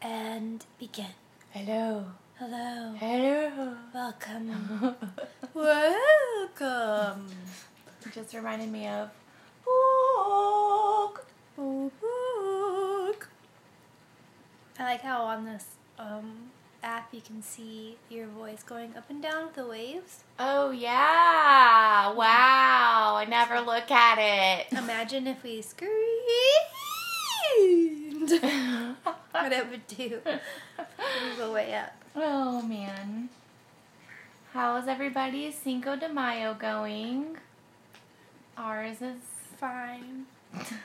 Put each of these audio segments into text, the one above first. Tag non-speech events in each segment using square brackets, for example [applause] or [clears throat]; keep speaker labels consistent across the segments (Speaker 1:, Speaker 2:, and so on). Speaker 1: and begin.
Speaker 2: Hello.
Speaker 1: Hello.
Speaker 2: Hello. [laughs]
Speaker 1: Welcome. Welcome.
Speaker 2: It just reminded me of book.
Speaker 1: Oh, book. I like how on this um, app you can see your voice going up and down with the waves.
Speaker 2: Oh yeah. Wow. I never look at it. [laughs]
Speaker 1: Imagine if we screamed. [laughs] what it would do. We go way up.
Speaker 2: oh man. How is everybody's Cinco de Mayo going? Ours is
Speaker 1: Fine.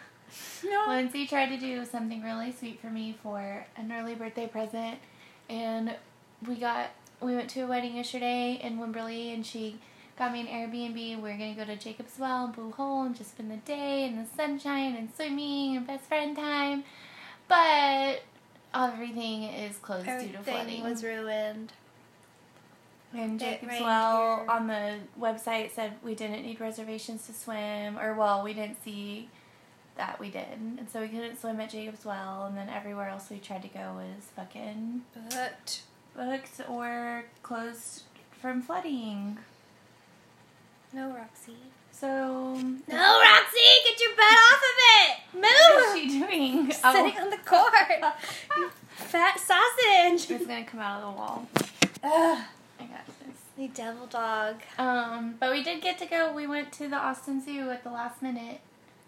Speaker 2: [laughs] Lindsay tried to do something really sweet for me for an early birthday present, and we got we went to a wedding yesterday in Wimberley, and she got me an Airbnb. We are gonna go to Jacob's Well and Blue Hole and just spend the day in the sunshine and swimming and best friend time, but everything is closed due to flooding.
Speaker 1: Everything was ruined.
Speaker 2: And
Speaker 1: It
Speaker 2: Jacob's
Speaker 1: rained
Speaker 2: Well
Speaker 1: here.
Speaker 2: on the website said we didn't need reservations to swim, or well, we didn't see that we did, and so we couldn't swim at Jacob's Well, and then everywhere else we tried to go was fucking
Speaker 1: But
Speaker 2: booked or closed from flooding.
Speaker 1: no Roxy.
Speaker 2: So
Speaker 1: No Roxy! Get your butt off of it!
Speaker 2: what is
Speaker 1: Move!
Speaker 2: she doing?
Speaker 1: [laughs]
Speaker 2: Oh,
Speaker 1: Sitting on the court. You fat sausage.
Speaker 2: it's gonna come out of the wall.
Speaker 1: Ugh,
Speaker 2: I got this.
Speaker 1: the devil dog.
Speaker 2: Um, but we did get to go. We went to the Austin Zoo at the last minute.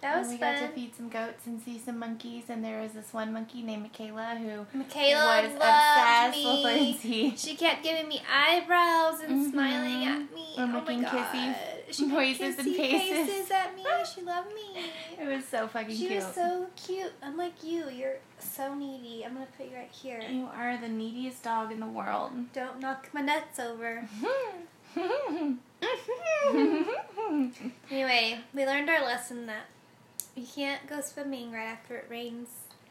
Speaker 1: That was
Speaker 2: and we got
Speaker 1: fun.
Speaker 2: to feed some goats and see some monkeys, and there was this one monkey named Michaela who
Speaker 1: Michaela
Speaker 2: was
Speaker 1: loves
Speaker 2: obsessed
Speaker 1: me.
Speaker 2: with Lindsay. [laughs]
Speaker 1: She kept giving me eyebrows and
Speaker 2: Mhm.
Speaker 1: smiling at me.
Speaker 2: And
Speaker 1: oh
Speaker 2: making
Speaker 1: my god.
Speaker 2: kissy
Speaker 1: she made
Speaker 2: noises and
Speaker 1: kissy
Speaker 2: faces.
Speaker 1: faces
Speaker 2: [laughs]
Speaker 1: at me. She loved me.
Speaker 2: It was so fucking
Speaker 1: She
Speaker 2: cute.
Speaker 1: was so cute. I'm like you. You're so needy. I'm gonna put you right here.
Speaker 2: you are the neediest dog in
Speaker 1: [laughs]
Speaker 2: the world.
Speaker 1: Don't knock my nuts
Speaker 2: [laughs]
Speaker 1: over. Anyway, we learned our lesson that you can't go swimming right after it rains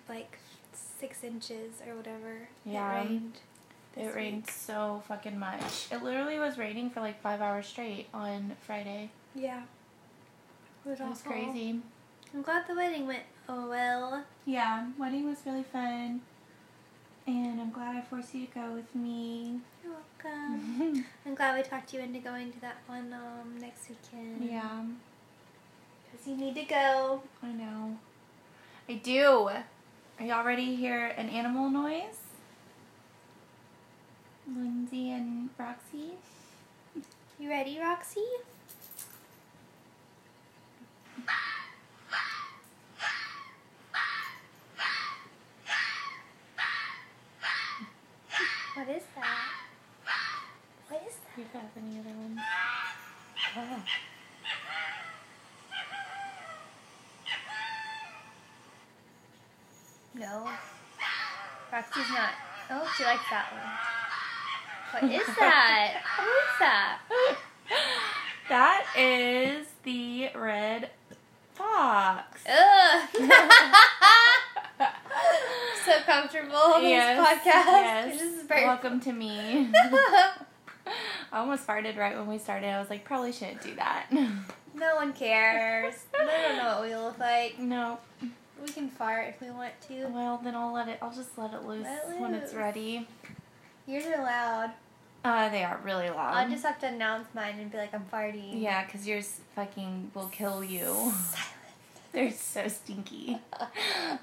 Speaker 1: like six inches or whatever.
Speaker 2: Yeah.
Speaker 1: It rained.
Speaker 2: it rained so fucking much. It literally was raining for like five hours straight on Friday.
Speaker 1: Yeah. It was,
Speaker 2: It was
Speaker 1: awful.
Speaker 2: crazy.
Speaker 1: I'm glad the wedding went oh well.
Speaker 2: Yeah, wedding was really fun. And I'm glad I forced you to go
Speaker 1: [laughs]
Speaker 2: with me.
Speaker 1: You're
Speaker 2: Mm-hmm.
Speaker 1: welcome. I'm glad we talked you into going to that one um next weekend.
Speaker 2: yeah,
Speaker 1: Because you need to go.
Speaker 2: I know. I do. Are y'all ready to hear an animal noise? Lindsay and Roxy?
Speaker 1: You ready, Roxy? What is that? What is that?
Speaker 2: Do you have any other ones?
Speaker 1: No. Roxy's not. Oh, she likes that one. What [laughs] is that? What is that?
Speaker 2: [laughs] that is the red fox.
Speaker 1: Ugh. [laughs] so comfortable on this podcast.
Speaker 2: Yes.
Speaker 1: This is very
Speaker 2: Welcome
Speaker 1: [laughs]
Speaker 2: to me. I almost farted right when we started. I was like, probably shouldn't do that.
Speaker 1: no one cares. They don't know what we look like.
Speaker 2: no.
Speaker 1: We can fart if we want to.
Speaker 2: Well, then I'll let it. I'll just let it loose
Speaker 1: Let it
Speaker 2: when it's
Speaker 1: loose.
Speaker 2: ready.
Speaker 1: Yours are loud.
Speaker 2: Uh, they are really loud.
Speaker 1: I'll just have to announce mine and be like, I'm farting. [laughs]
Speaker 2: Yeah, because yours fucking will kill you. They're so stinky.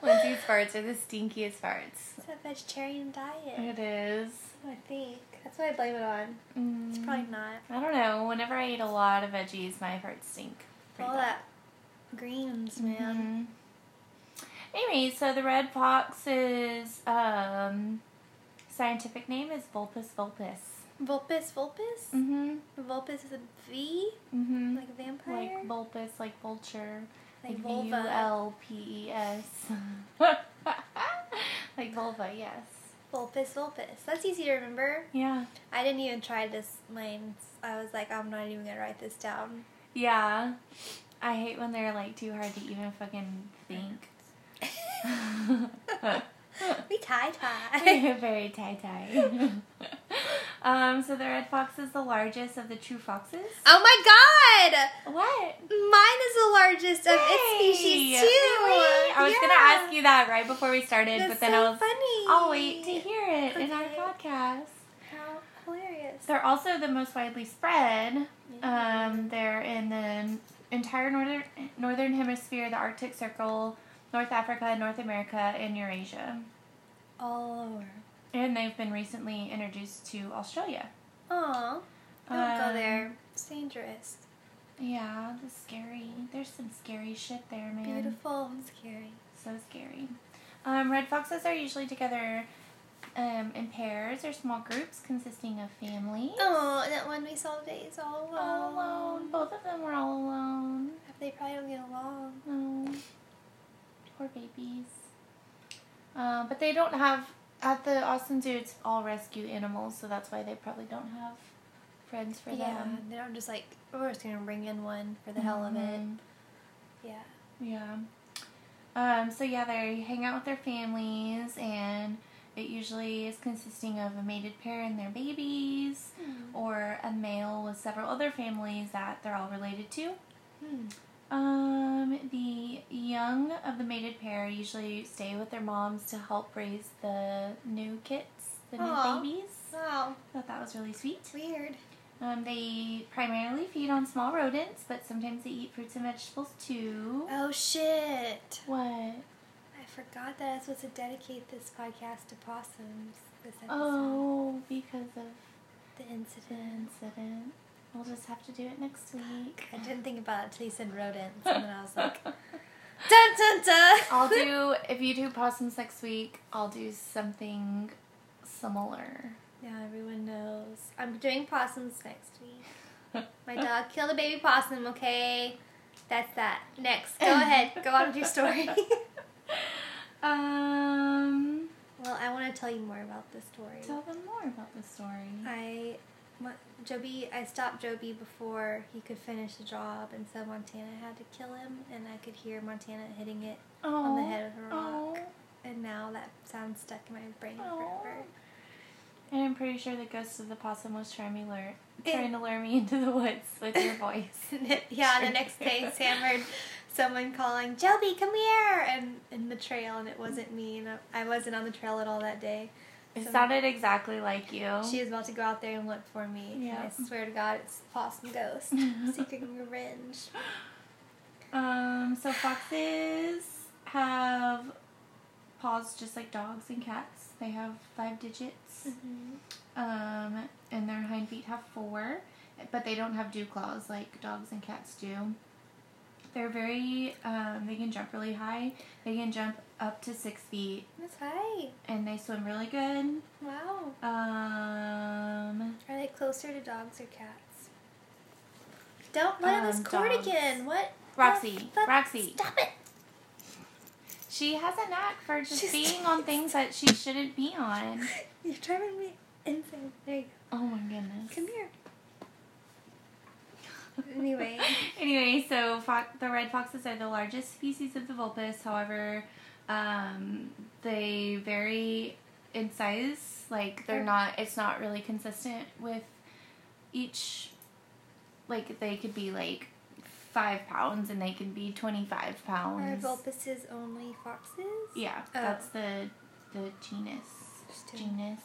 Speaker 2: Lindsay's farts are the stinkiest farts.
Speaker 1: It's a vegetarian diet,
Speaker 2: It is.
Speaker 1: I think. That's what I blame it on.
Speaker 2: Mm,
Speaker 1: It's probably not.
Speaker 2: I don't know. Whenever I eat a lot of veggies, my farts stink. pretty
Speaker 1: All
Speaker 2: bad.
Speaker 1: that greens, man.
Speaker 2: Mhm. Anyway, so the red fox is um, scientific name is Vulpus vulpus.
Speaker 1: Vulpus vulpus?
Speaker 2: Mm-hmm.
Speaker 1: Vulpus is a V?
Speaker 2: Mm-hmm.
Speaker 1: Like a vampire?
Speaker 2: Like vulpus, like vulture.
Speaker 1: Like
Speaker 2: Like V U L P E S.
Speaker 1: [laughs]
Speaker 2: Like vulva, yes.
Speaker 1: Vulpus vulpus. That's easy to remember.
Speaker 2: Yeah.
Speaker 1: I didn't even try this mine. I was like, I'm not even gonna write this down. [laughs]
Speaker 2: Yeah. I hate when they're like too hard to even fucking
Speaker 1: [laughs]
Speaker 2: think. [laughs]
Speaker 1: we tie tie.
Speaker 2: [laughs] Very tie tie. [laughs] Um, so the red fox is the largest of the true foxes.
Speaker 1: Oh my god!
Speaker 2: What?
Speaker 1: Mine is the largest of its species too.
Speaker 2: Really? I was gonna
Speaker 1: Yeah.
Speaker 2: ask you that right before we started,
Speaker 1: That's
Speaker 2: but then
Speaker 1: so
Speaker 2: I was
Speaker 1: funny.
Speaker 2: I'll wait to hear it in our
Speaker 1: Okay.
Speaker 2: podcast.
Speaker 1: How hilarious!
Speaker 2: They're also the most widely spread.
Speaker 1: Yeah.
Speaker 2: Um, they're in the entire northern northern hemisphere, the Arctic Circle, North Africa, North America, and Eurasia.
Speaker 1: All over.
Speaker 2: And they've been recently introduced to Australia.
Speaker 1: Aw, don't go
Speaker 2: Um,
Speaker 1: there. It's dangerous.
Speaker 2: Yeah, that's scary. There's some scary shit there, man.
Speaker 1: Beautiful and scary.
Speaker 2: So scary. Um, red foxes are usually together um, in pairs or small groups consisting of family.
Speaker 1: Oh, and that one we saw today is all alone.
Speaker 2: All alone. Both of them were all alone.
Speaker 1: They probably don't get along.
Speaker 2: No. Poor babies. Uh, but they don't have, at the Austin Zoo, it's all rescue animals, so that's why they probably don't have friends for
Speaker 1: yeah,
Speaker 2: them.
Speaker 1: they don't just like "Oh, we're just gonna bring in one for the hell of it.
Speaker 2: Mhm.
Speaker 1: Yeah.
Speaker 2: Yeah. Um, so yeah, they hang out with their families, and it usually is consisting of a mated pair and their babies, or a male with several other families that they're all related to.
Speaker 1: Hmm.
Speaker 2: Um, the young of the mated pair usually stay with their moms to help raise the new kits, the new
Speaker 1: Aw.
Speaker 2: babies.
Speaker 1: Wow,
Speaker 2: Thought that was really sweet.
Speaker 1: weird.
Speaker 2: Um, they primarily feed on small rodents, but sometimes they eat fruits and vegetables too.
Speaker 1: Oh shit!
Speaker 2: What?
Speaker 1: I forgot that I was supposed to dedicate this podcast to possums. This episode.
Speaker 2: Oh, because of
Speaker 1: the
Speaker 2: the
Speaker 1: incident.
Speaker 2: incident. We'll just have to do it next week.
Speaker 1: I didn't think about it until you said rodents, and then I was like, [laughs] dun dun dun.
Speaker 2: [laughs] I'll do, if you do possums next week, I'll do something similar.
Speaker 1: Now everyone knows. I'm doing possums next week.
Speaker 2: [laughs]
Speaker 1: My dog killed a baby possum. Okay, that's that. Next,
Speaker 2: [laughs]
Speaker 1: go ahead. Go on with your story. [laughs]
Speaker 2: Um,
Speaker 1: well, I want to tell you more about this story.
Speaker 2: tell them more about the story.
Speaker 1: I, my- Joby, I stopped Joby before he could finish the job, and so Montana had to kill him, and I could hear Montana hitting it
Speaker 2: Oh,
Speaker 1: on the head of a rock, and now that sound's stuck in my brain forever. [laughs]
Speaker 2: And I'm pretty sure the ghost of the possum was trying me lure,
Speaker 1: It-
Speaker 2: trying to lure me into the woods with
Speaker 1: [laughs]
Speaker 2: your voice.
Speaker 1: yeah, the next day Sam heard someone calling, Joby, come here! And in the trail, and it wasn't me, and I- I wasn't on the trail at all that day.
Speaker 2: It
Speaker 1: So-
Speaker 2: sounded exactly like you.
Speaker 1: She was about to go out there and look for me. and
Speaker 2: Oh. Yeah.
Speaker 1: I swear to God, it's Possum Ghost seeking revenge.
Speaker 2: Um, so foxes have paws just like dogs and cats. They have five digits. Um, and their hind feet have four, but they don't have dew claws like dogs and cats do. They're very, um, they can jump really high. They can jump up to six feet
Speaker 1: That's high.
Speaker 2: and they swim really good.
Speaker 1: Wow.
Speaker 2: Um,
Speaker 1: Are they closer to dogs or cats? Don't let us
Speaker 2: Um,
Speaker 1: cord
Speaker 2: dogs.
Speaker 1: again. What?
Speaker 2: Roxy,
Speaker 1: the-
Speaker 2: Roxy,
Speaker 1: Stop
Speaker 2: [laughs]
Speaker 1: it.
Speaker 2: she has a knack for just
Speaker 1: She's-
Speaker 2: being on things that she shouldn't be on.
Speaker 1: You're driving me insane. There you go.
Speaker 2: Oh my goodness.
Speaker 1: Come here. Anyway.
Speaker 2: [laughs] anyway, so fo- the red foxes are the largest species of the vulpes. However, um, they vary in size. Like they're not. It's not really consistent with each. Like they could be like five pounds, and they can be twenty-five
Speaker 1: Are
Speaker 2: pounds.
Speaker 1: vulpuses only foxes?
Speaker 2: Yeah, that's the the genus.
Speaker 1: Just doing-
Speaker 2: Genus.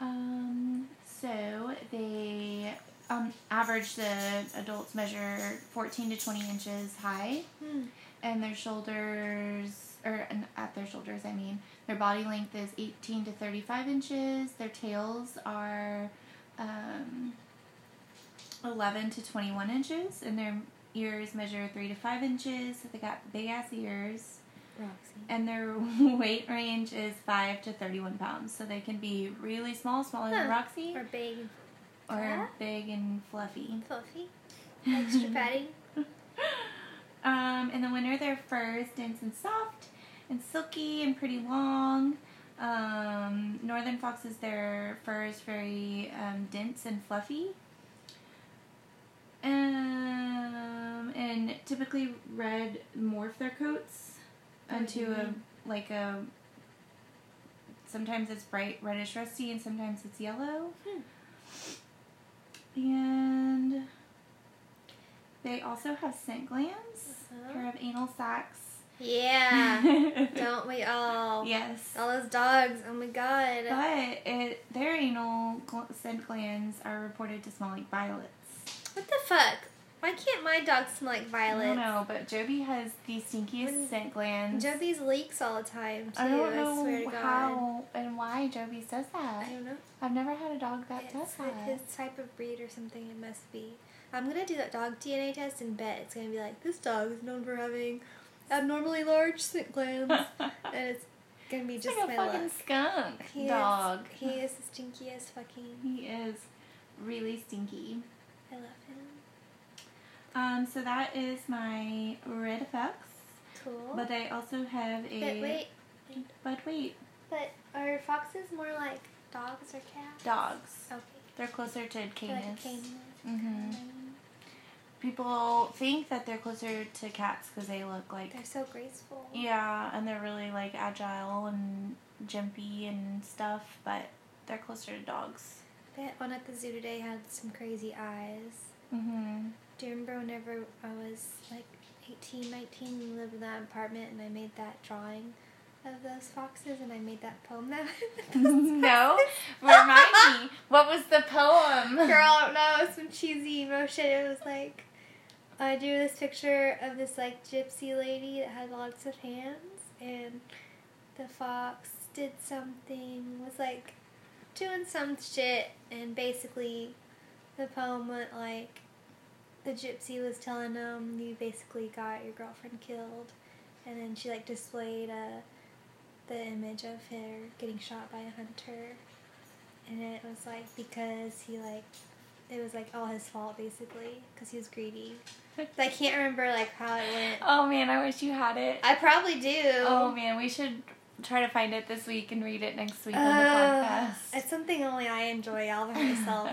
Speaker 2: Um. So they, on average, the adults measure fourteen to twenty inches high,
Speaker 1: Hmm.
Speaker 2: and their shoulders, or and at their shoulders, I mean, their body length is eighteen to thirty-five inches. Their tails are, um, eleven to twenty-one inches, and their ears measure three to five inches. So they got big ass ears
Speaker 1: Roxy.
Speaker 2: and their [laughs] weight range is 5 to 31 pounds. So they can be really small, smaller than
Speaker 1: Huh.
Speaker 2: Roxy,
Speaker 1: Or big
Speaker 2: or
Speaker 1: Yeah.
Speaker 2: big and fluffy. [laughs]
Speaker 1: fluffy. Extra fatty.
Speaker 2: Um, in the winter, their fur is dense and soft, and silky and pretty long. Um, northern foxes, their fur is very um, dense and fluffy. Um, and typically, red morph their coats
Speaker 1: What do
Speaker 2: into
Speaker 1: you
Speaker 2: a
Speaker 1: mean?
Speaker 2: like a it's Sometimes it's bright reddish rusty, and sometimes it's yellow.
Speaker 1: Hmm.
Speaker 2: And they also have scent glands,
Speaker 1: Uh-huh.
Speaker 2: a [laughs] pair of anal sacks. [laughs]
Speaker 1: Yeah. Don't we all?
Speaker 2: yes.
Speaker 1: All those dogs. Oh my god.
Speaker 2: But it, their anal gl- scent glands are reported to smell like violets.
Speaker 1: What the fuck? Why can't my dog smell like
Speaker 2: I don't
Speaker 1: violets?
Speaker 2: know, but Joby has the stinkiest
Speaker 1: When-
Speaker 2: scent glands.
Speaker 1: Joby's leaks all the time too.
Speaker 2: I don't know
Speaker 1: swear to God.
Speaker 2: how and why Joby does
Speaker 1: I
Speaker 2: that.
Speaker 1: don't know.
Speaker 3: I've never had a dog that does
Speaker 1: It's like
Speaker 3: that.
Speaker 1: his type of breed or something. It must be. I'm gonna do that dog DNA test and bet it's gonna be like this dog is known for having abnormally large
Speaker 3: [laughs]
Speaker 1: scent glands,
Speaker 2: [laughs]
Speaker 1: and it's gonna be just
Speaker 3: It's like a
Speaker 1: my
Speaker 3: fucking
Speaker 1: luck.
Speaker 3: skunk
Speaker 1: He
Speaker 3: dog.
Speaker 1: Is, he is the stinkiest fucking.
Speaker 2: He is really stinky.
Speaker 1: I love him.
Speaker 2: Um, so that is my red effects.
Speaker 1: Cool.
Speaker 2: But I also have a.
Speaker 1: Oh. but wait,
Speaker 2: But wait,
Speaker 1: but are foxes more like dogs or cats?
Speaker 2: dogs.
Speaker 1: Okay.
Speaker 2: They're closer to
Speaker 1: Oh. They're
Speaker 2: canis.
Speaker 1: Like a canine.
Speaker 2: hmm People think that they're closer to cats because they look
Speaker 3: Mm-hmm.
Speaker 2: like.
Speaker 1: They're so graceful.
Speaker 2: Yeah, and they're really like agile and jumpy and stuff, but they're closer to dogs.
Speaker 1: That one at the zoo today had some crazy eyes.
Speaker 2: [laughs] Mm-hmm.
Speaker 1: Do you remember whenever I was like 18, 19, we lived in that apartment and I made that drawing of those foxes and I made that poem that [laughs]
Speaker 2: [laughs]
Speaker 3: no, remind me. What was the poem?
Speaker 1: [laughs] Girl, I don't know, it was some cheesy emo shit. It was like, I drew this picture of this like gypsy lady that had lots of hands and the fox did something, was like doing some shit and basically the poem went like, the gypsy was telling him you basically got your girlfriend killed and then she like displayed uh, the image of her getting shot by a hunter and it was like because he like it was like all his fault basically because he was greedy
Speaker 3: [laughs]
Speaker 1: But i can't remember like how it went
Speaker 3: Oh man, I wish you had it.
Speaker 1: i probably do
Speaker 3: Oh man, we should try to find it this week and read it next week on the
Speaker 1: Ugh,
Speaker 3: podcast.
Speaker 1: Uh, it's something only i enjoy all
Speaker 3: [laughs]
Speaker 1: by myself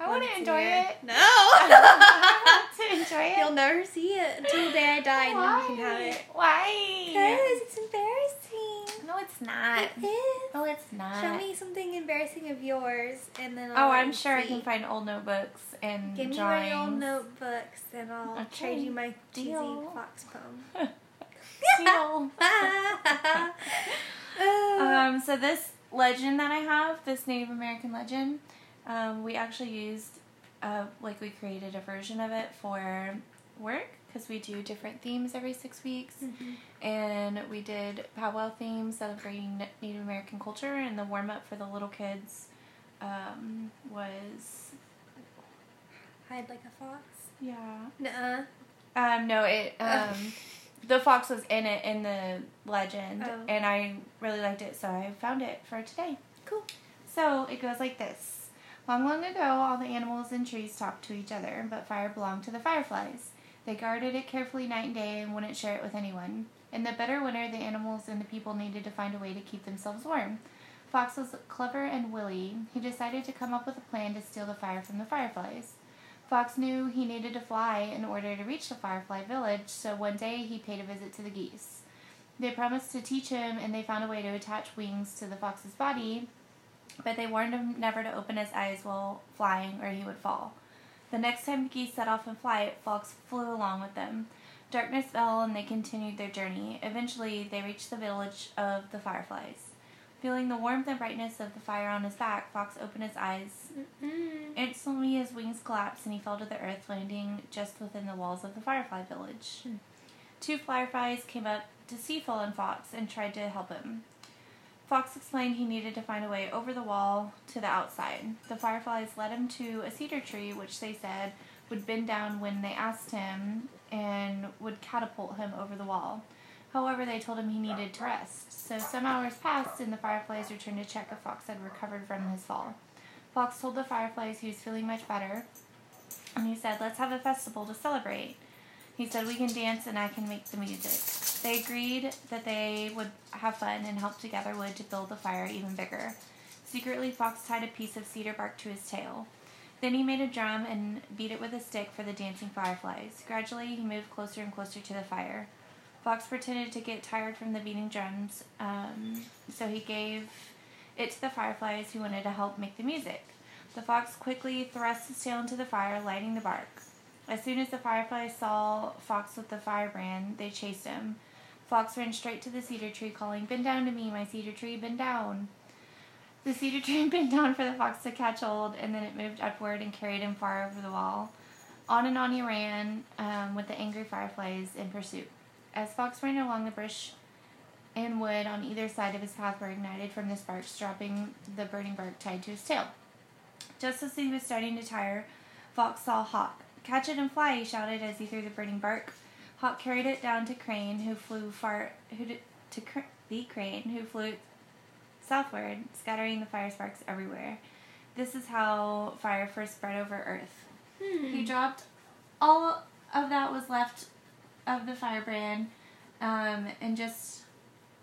Speaker 3: I want
Speaker 1: Once
Speaker 3: to
Speaker 1: a
Speaker 3: enjoy
Speaker 1: year.
Speaker 3: it.
Speaker 1: no
Speaker 3: [laughs]
Speaker 1: [laughs]
Speaker 3: I want to enjoy it.
Speaker 1: you'll never see it until the day i die and then you can have it
Speaker 3: Why?
Speaker 1: because it's embarrassing
Speaker 3: No, it's not.
Speaker 1: it is
Speaker 3: No, it's not.
Speaker 1: show me something embarrassing of yours and then
Speaker 3: Oh,
Speaker 1: I'll let
Speaker 3: I'm
Speaker 1: you
Speaker 3: sure I
Speaker 1: see.
Speaker 3: can find old notebooks and
Speaker 1: Give me
Speaker 3: drawings.
Speaker 1: my
Speaker 3: [laughs]
Speaker 1: old notebooks and I'll trade
Speaker 3: Okay,
Speaker 1: you my cheesy
Speaker 3: deal.
Speaker 1: fox poem.
Speaker 3: [laughs]
Speaker 1: [laughs]
Speaker 3: Deal.
Speaker 1: uh,
Speaker 2: Um, so this legend that I have, this Native American legend, um, we actually used, uh, like we created a version of it for work because we do different themes every six weeks, and we did powwow themes celebrating Na- Native American culture, and the warm up for the little kids um, was
Speaker 1: hide like a fox.
Speaker 2: yeah.
Speaker 1: Nuh-uh.
Speaker 2: Um, no, it
Speaker 1: Oh.
Speaker 2: um, the fox was in it in the legend,
Speaker 1: Oh.
Speaker 2: and I really liked it, so I found it for today.
Speaker 1: Cool.
Speaker 2: So it goes like this. Long, long ago, all the animals and trees talked to each other, but fire belonged to the fireflies. They guarded it carefully night and day and wouldn't share it with anyone. In the bitter winter, the animals and the people needed to find a way to keep themselves warm. Fox was clever and wily. He decided to come up with a plan to steal the fire from the fireflies. Fox knew he needed to fly in order to reach the firefly village, so one day he paid a visit to the geese. They promised to teach him, and they found a way to attach wings to the fox's body but they warned him never to open his eyes while flying or he would fall. The next time the geese set off in flight, Fox flew along with them. Darkness fell and they continued their journey. Eventually, they reached the village of the fireflies. Feeling the warmth and brightness of the fire on his back, Fox opened his eyes.
Speaker 1: Mm.
Speaker 2: Instantly, his wings collapsed and he fell to the earth, landing just within the walls of the firefly village. Two fireflies came up to see Fallen Fox and tried to help him. Fox explained he needed to find a way over the wall to the outside. The fireflies led him to a cedar tree, which they said would bend down when they asked him and would catapult him over the wall. However, they told him he needed to rest. So some hours passed, and the fireflies returned to check if Fox had recovered from his fall. Fox told the fireflies he was feeling much better, and he said, Let's have a festival to celebrate. He said, We can dance and I can make the music. They agreed that they would have fun and help to gather wood to build the fire even bigger. Secretly, Fox tied a piece of cedar bark to his tail. Then he made a drum and beat it with a stick for the dancing fireflies. Gradually, he moved closer and closer to the fire. Fox pretended to get tired from the beating drums, um, so he gave it to the fireflies who wanted to help make the music. The fox quickly thrust his tail into the fire, lighting the bark. As soon as the fireflies saw Fox with the firebrand, they chased him. Fox ran straight to the cedar tree, calling, Bend down to me, my cedar tree, bend down. The cedar tree [laughs] bent down for the fox to catch hold, and then it moved upward and carried him far over the wall. On and on he ran um, with the angry fireflies in pursuit. As Fox ran along, the brush and wood on either side of his path were ignited from the sparks, dropping the burning bark tied to his tail. Just as he was starting to tire, Fox saw Hawk. Catch it and fly, he shouted as he threw the burning bark. Hawk carried it down to Crane, who flew far who d- to cr- the Crane, who flew southward, scattering the fire sparks everywhere. This is how fire first spread over Earth. He dropped all of that was left of the firebrand, um, and just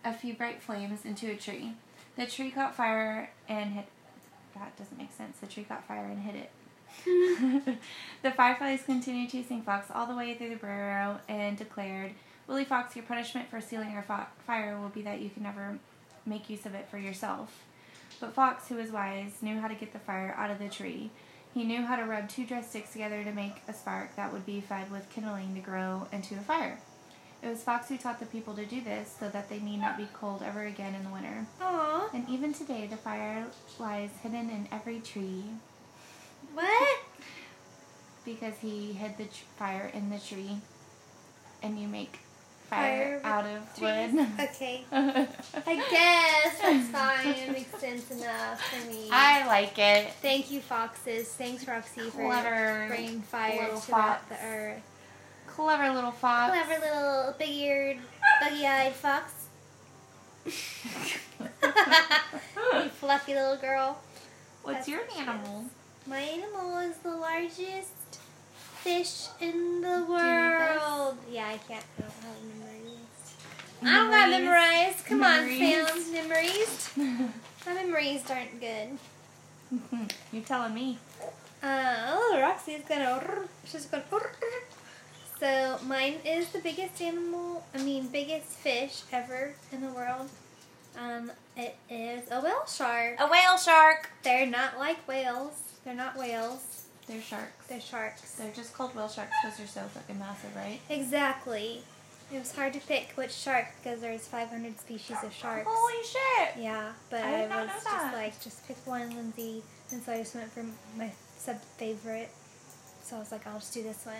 Speaker 2: a few bright flames into a tree. The tree caught fire and hit. That doesn't make sense. The tree caught fire and hit it. [laughs] the fireflies continued chasing Fox all the way through the burrow and declared, "Willie Fox, your punishment for stealing our fo- fire will be that you can never make use of it for yourself." But Fox, who was wise, knew how to get the fire out of the tree. He knew how to rub two dry sticks together to make a spark that would be fed with kindling to grow into a fire. It was Fox who taught the people to do this so that they need not be cold ever again in the winter.
Speaker 1: Aw.
Speaker 2: And even today, the fire lies hidden in every tree
Speaker 1: What?
Speaker 2: because he hid the tr- fire in the tree. And you make fire,
Speaker 1: Fire
Speaker 2: out of
Speaker 1: Trees?
Speaker 2: wood.
Speaker 1: Okay.
Speaker 2: [laughs]
Speaker 1: I guess
Speaker 3: [laughs]
Speaker 1: that's fine. Makes sense enough for me.
Speaker 2: I like it.
Speaker 1: Thank you, foxes. Thanks, Roxy, for
Speaker 2: Clever
Speaker 1: bringing fire
Speaker 2: little
Speaker 1: to
Speaker 2: fox.
Speaker 1: the earth.
Speaker 2: Clever little fox.
Speaker 1: Clever little big-eared, buggy-eyed fox. [laughs] you fluffy little girl.
Speaker 2: What's
Speaker 1: That's
Speaker 2: your
Speaker 1: what she
Speaker 2: animal?
Speaker 1: My animal is the largest fish in the
Speaker 2: this?
Speaker 1: world. Yeah, I can't. I don't have it memorized. I don't got it memorized. Come
Speaker 2: Memorized.
Speaker 1: on, Sam. Memorized. My memories aren't good.
Speaker 2: [laughs] You're telling me.
Speaker 1: Uh, oh, Roxy's gonna. She's gonna. So mine is the biggest animal. I mean, biggest fish ever in the world. Um, it is a whale shark.
Speaker 2: A whale shark.
Speaker 1: They're not like whales. They're not whales.
Speaker 2: They're sharks.
Speaker 1: They're sharks.
Speaker 2: They're just called whale sharks because they're so fucking massive, right?
Speaker 1: Exactly. It was hard to pick which shark because there's 500 species of sharks.
Speaker 2: Holy shit!
Speaker 1: Yeah, but
Speaker 2: I
Speaker 1: I,
Speaker 2: did not
Speaker 1: was
Speaker 2: know
Speaker 1: just
Speaker 2: that.
Speaker 1: like, just pick one, Lindsay. And so I just went for my sub favorite. So I was like, I'll just do this one.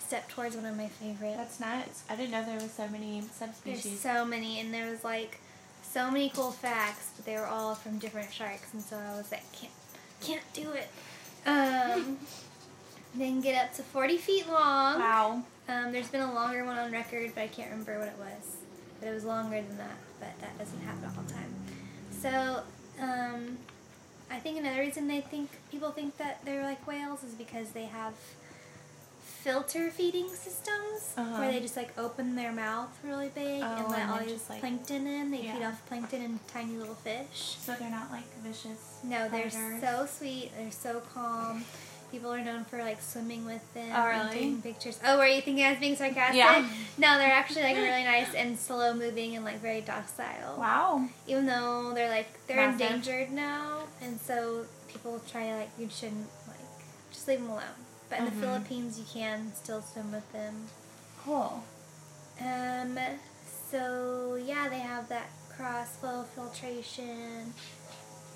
Speaker 1: Step towards one of my favorites.
Speaker 2: That's nuts. I didn't know there was so many
Speaker 1: There's
Speaker 2: subspecies.
Speaker 1: so many, and there was like so many cool facts, but they were all from different sharks. And so I was like, can't, can't do it.
Speaker 2: [laughs]
Speaker 1: Um, then get up to 40 feet long.
Speaker 2: Wow.
Speaker 1: Um, there's been a longer one on record, but I can't remember what it was. But it was longer than that, but that doesn't happen all the time. So, um, I think another reason they think people think that they're like whales is because they have filter feeding systems
Speaker 2: Uh-huh.
Speaker 1: where they just like open their mouth really big
Speaker 2: Oh,
Speaker 1: and let
Speaker 2: and
Speaker 1: all
Speaker 2: they
Speaker 1: these
Speaker 2: just, like-
Speaker 1: plankton in. They feed
Speaker 2: Yeah.
Speaker 1: off plankton and tiny little fish.
Speaker 2: So they're not like vicious.
Speaker 1: No, they're
Speaker 2: predators?
Speaker 1: so sweet. They're so calm. People are known for like swimming with them
Speaker 2: Oh,
Speaker 1: and
Speaker 2: really?
Speaker 1: taking pictures. Oh, were you thinking I was being sarcastic?
Speaker 2: Yeah.
Speaker 1: No, they're actually like really nice and slow moving and like very docile.
Speaker 2: Wow.
Speaker 1: Even though they're like they're
Speaker 2: Massive.
Speaker 1: endangered now, and so people try to like you shouldn't like just leave them alone. But in the
Speaker 2: Mhm.
Speaker 1: Philippines, you can still swim with them.
Speaker 2: Cool.
Speaker 1: Um, so yeah, they have that cross flow filtration,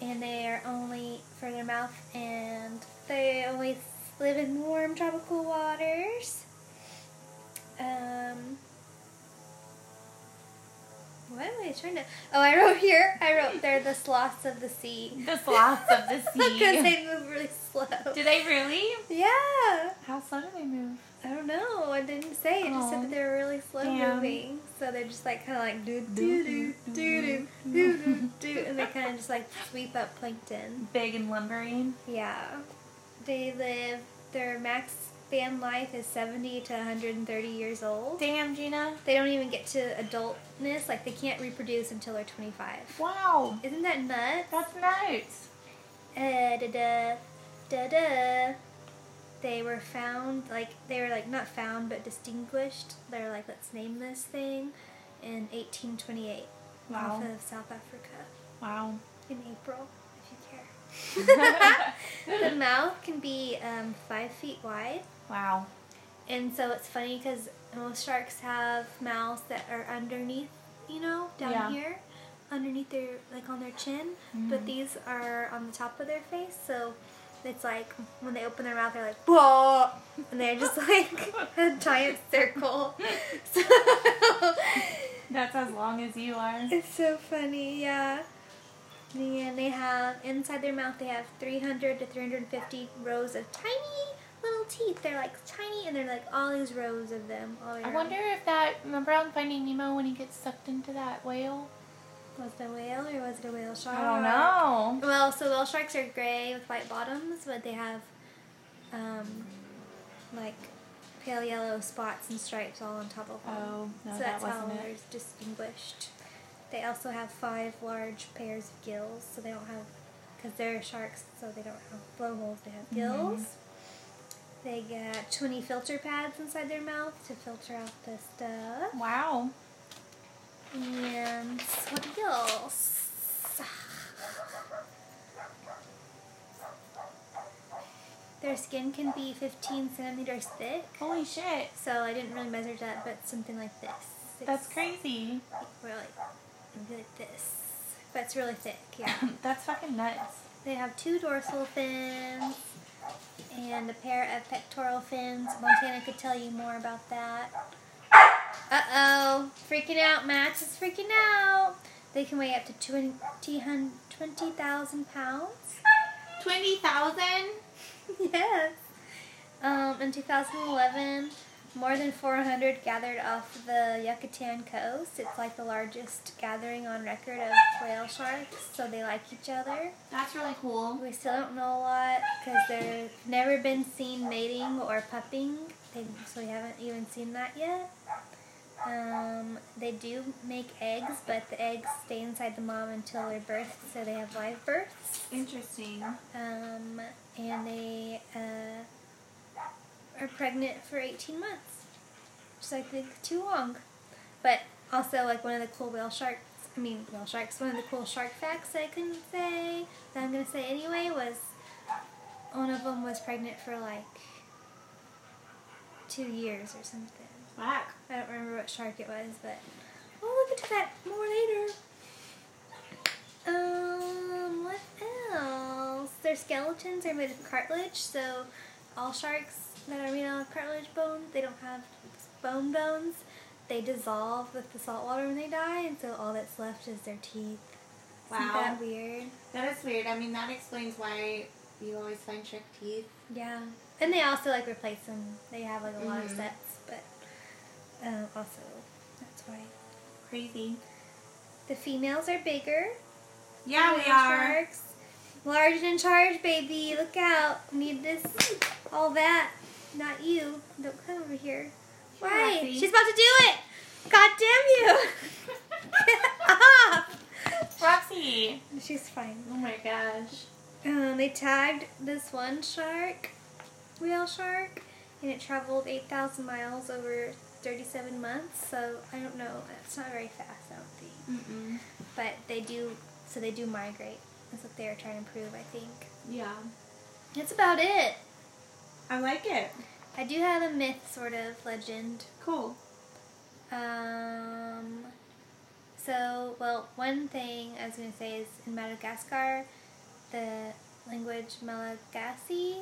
Speaker 1: and they are only for their mouth, and they only live in warm tropical waters. Um, what am I trying to? Oh, I wrote here. I wrote they're the sloths of the sea [laughs]
Speaker 2: The sloths of the
Speaker 1: because
Speaker 2: sea.
Speaker 1: they move really slow.
Speaker 2: do they really?
Speaker 1: Yeah.
Speaker 2: How slow do they move?
Speaker 1: I don't know. I didn't say. It just said
Speaker 2: Oh.
Speaker 1: that they were really slow
Speaker 2: Damn.
Speaker 1: moving. So they're just like kind of like do do do do do do do do, and they kind of just like sweep up plankton.
Speaker 2: Big and lumbering.
Speaker 1: Yeah, they live. Their max span life is seventy to one hundred and thirty years old.
Speaker 2: Damn, Gina.
Speaker 1: They don't even get to adultness. Like they can't reproduce until they're twenty five.
Speaker 2: Wow.
Speaker 1: Isn't that nuts?
Speaker 2: That's nuts.
Speaker 1: Uh, da da da da. They were found like they were like not found but distinguished. They're like let's name this thing in 1828 off
Speaker 2: Wow.
Speaker 1: of South Africa. [laughs]
Speaker 2: Wow. [laughs]
Speaker 1: in April, if you care. the mouth can be um, five feet wide.
Speaker 4: Wow.
Speaker 1: And so it's funny because most sharks have mouths that are underneath, you know, down
Speaker 4: Yeah.
Speaker 1: here, underneath their, like on their chin. But these are on the top of their face. So it's like when they open their mouth, they're like, whoa! And they're just [laughs] like a giant circle. [laughs] So
Speaker 4: That's as long as you are.
Speaker 1: it's so funny, yeah. And they have, inside their mouth, they have 300 to 350 rows of tiny little teeth. They're like tiny, and they're like all these rows of them all
Speaker 2: I
Speaker 1: around.
Speaker 2: wonder if that remember on Finding Nemo when he gets sucked into that whale.
Speaker 1: Was it a whale or was it a whale shark?
Speaker 4: I don't know.
Speaker 1: Well, so whale sharks are gray with white bottoms, but they have um, like pale yellow spots and stripes all on top of them.
Speaker 4: Oh, no,
Speaker 1: so
Speaker 4: that
Speaker 1: that's how
Speaker 4: wasn't
Speaker 1: they're
Speaker 4: it.
Speaker 1: distinguished. They also have five large pairs of gills, so they don't have, because they're sharks, so they don't have blowholes, they have
Speaker 4: Mm-hmm.
Speaker 1: gills. They got 20 filter pads inside their mouth to filter out the stuff.
Speaker 4: Wow.
Speaker 1: And what else? Their skin can be 15 centimeters thick.
Speaker 4: Holy shit.
Speaker 1: So I didn't really measure that, but something like this. It's
Speaker 4: That's crazy. [clears throat]
Speaker 1: Really, it'd be like this. But it's really thick, yeah.
Speaker 4: That's fucking nuts.
Speaker 1: they have two dorsal fins and a pair of pectoral fins. Montana could tell you more about that. Uh oh, freaking out, Max is freaking out. They can weigh up to 20 hun- 20,000 pounds.
Speaker 2: Twenty thousand.
Speaker 1: [laughs] yes. Um, in 2011, more than 400 gathered off the Yucatan coast. It's like the largest gathering on record of whale sharks, so they like each other.
Speaker 2: That's really cool.
Speaker 1: We still don't know a lot because they've never been seen mating or pupping, they, so we haven't even seen that yet. Um, they do make eggs, but the eggs stay inside the mom until they're birthed, so they have live births.
Speaker 4: Interesting.
Speaker 1: Um, and they uh, are pregnant for 18 months, which I think is too long. But also, like one of the cool whale sharks, I mean, whale sharks, one of the cool shark facts that I couldn't say, that I'm going to say anyway, was one of them was pregnant for like two years or something.
Speaker 4: Whack.
Speaker 1: I don't remember what shark it was, but we'll look into that more later. Um, what else? Their skeletons are made of cartilage, so all sharks that are made out of cartilage bones, they don't have bone bones. They dissolve with the salt water when they die, and so all that's left is their teeth. Isn't that weird?
Speaker 2: that is weird. I mean, that explains why you always find shark teeth.
Speaker 1: Yeah, and they also like replace them. They have like a lot of
Speaker 2: Mhm.
Speaker 1: sets, but um, also that's why
Speaker 4: Crazy.
Speaker 1: the females are bigger.
Speaker 4: Yeah, we
Speaker 1: Large
Speaker 4: are.
Speaker 1: Sharks. Large and in charge, baby. Look out. Need this. All that. Not you. Don't come over here. Why?
Speaker 4: Lexi.
Speaker 1: She's about to do it. God damn you.
Speaker 4: [laughs]
Speaker 1: Get off.
Speaker 4: Roxy.
Speaker 1: She's fine.
Speaker 2: Oh my gosh.
Speaker 1: Um, they tagged this one shark, whale shark, and it traveled 8,000 miles over 37 months. So I don't know. It's not very fast, I don't think.
Speaker 4: Mm-mm.
Speaker 1: But they do, so they do migrate. That's what they were trying to prove, I think.
Speaker 4: Yeah.
Speaker 1: That's about it.
Speaker 4: I like it.
Speaker 1: I do have a myth, sort of legend.
Speaker 4: Cool.
Speaker 1: Um, so, well, one thing I was going to say is in Madagascar, the language Malagasy,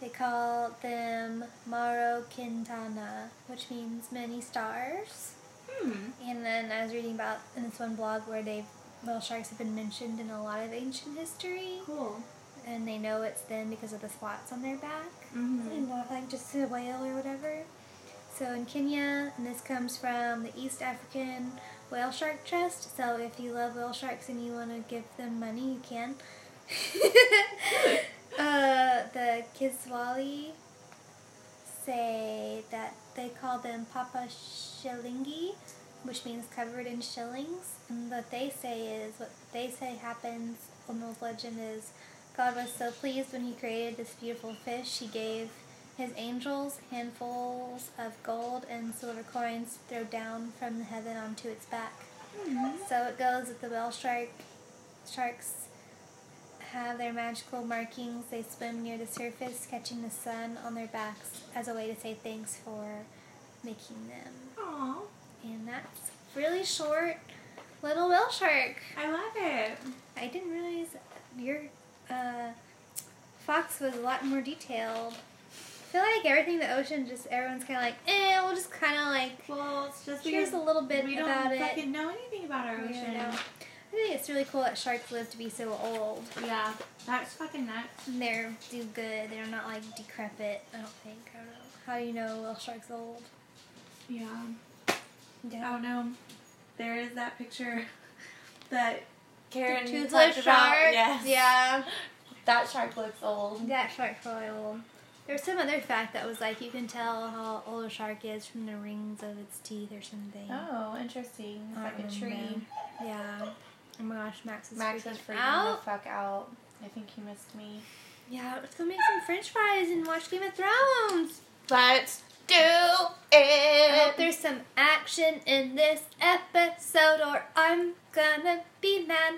Speaker 1: they call them Maro Quintana, which means many stars.
Speaker 4: Hmm.
Speaker 1: And then I was reading about in this one blog where they whale sharks have been mentioned in a lot of ancient history,
Speaker 4: Cool.
Speaker 1: and they know it's them because of the spots on their back.
Speaker 4: Mm-hmm.
Speaker 1: and not like just a whale or whatever. So in Kenya, and this comes from the East African Whale Shark Trust. So if you love whale sharks and you want to give them money, you can. [laughs] uh, the Kiswahili say that they call them Papa Shilingi, which means covered in shillings. And what they say is, what they say happens in the legend is, God was so pleased when he created this beautiful fish, he gave his angels handfuls of gold and silver coins to throw down from heaven onto its back. So it goes that the whale shark Sharks have their magical markings. They swim near the surface, catching the sun on their backs as a way to say thanks for making them.
Speaker 4: Aw,
Speaker 1: And that's really short, little whale shark.
Speaker 4: I love it.
Speaker 1: I didn't realize your uh, fox was a lot more detailed. I feel like everything in the ocean, just everyone's kind of like, eh, we'll just kind of like,
Speaker 4: Well, it's just
Speaker 1: here's a
Speaker 4: because
Speaker 1: little bit
Speaker 4: we don't
Speaker 1: about it.
Speaker 4: fucking know anything about our
Speaker 1: We
Speaker 4: ocean.
Speaker 1: don't know. I think it's really cool that sharks live to be so old.
Speaker 4: Yeah, that's fucking nuts.
Speaker 1: And They're do good. They're not like decrepit. I don't think. I don't know. How do you know a little shark's old?
Speaker 4: Yeah.
Speaker 1: Yeah.
Speaker 4: Oh no, there is that picture [laughs] that Karen
Speaker 1: Toothless
Speaker 4: talked about.
Speaker 1: sharks,
Speaker 4: Yes.
Speaker 1: Yeah.
Speaker 2: That shark looks old.
Speaker 1: That shark's probably old. There's some other fact that was like you can tell how old a shark is from the rings of its teeth or something.
Speaker 2: Oh, interesting. It's
Speaker 1: I
Speaker 2: like a
Speaker 1: remember.
Speaker 2: tree.
Speaker 1: Yeah. Oh my gosh, Max is
Speaker 2: Max
Speaker 1: freaking
Speaker 2: is freaking the
Speaker 1: out.
Speaker 2: fuck out. I think you missed me.
Speaker 1: Yeah, let's go make some French fries and watch Game of Thrones.
Speaker 2: Let's do Oh,
Speaker 1: I hope
Speaker 2: it.
Speaker 1: there's some action in this episode, or I'm gonna be mad.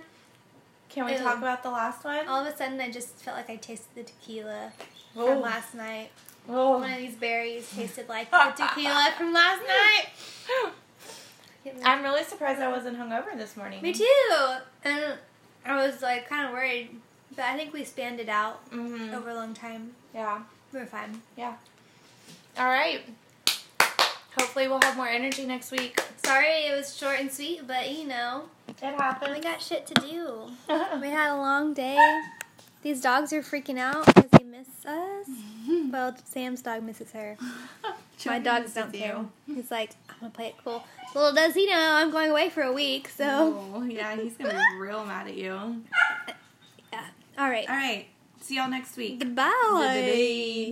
Speaker 4: Can we
Speaker 1: Ew.
Speaker 4: talk about the last one?
Speaker 1: All of a sudden, I just felt like I tasted the tequila
Speaker 2: Oh.
Speaker 1: from last night. One
Speaker 4: [gasps]
Speaker 2: [gasps] Oh.
Speaker 1: of these
Speaker 2: [laughs]
Speaker 1: berries tasted like the tequila from last night.
Speaker 4: I'm really surprised I wasn't hungover this morning.
Speaker 1: Me too. And I was like kind of worried, but I think we spanned it out
Speaker 4: hmm
Speaker 1: over a long time.
Speaker 4: Yeah.
Speaker 1: We were fine.
Speaker 2: All right. Hopefully, we'll have more energy next week.
Speaker 1: Sorry, it was short and sweet, but you know,
Speaker 4: It
Speaker 1: we [laughs]
Speaker 4: happened.
Speaker 1: got shit to do. We had a long day. These dogs are freaking out because they miss [laughs] us. Well, Sam's dog misses her. My dogs don't care. He's like, I'm gonna play it cool. Little does he know, I'm going away for a week, so.
Speaker 4: Oh, yeah, he's gonna be real mad at you. All
Speaker 1: All right.
Speaker 4: right, see y'all next week.
Speaker 1: Goodbye.
Speaker 4: Bye.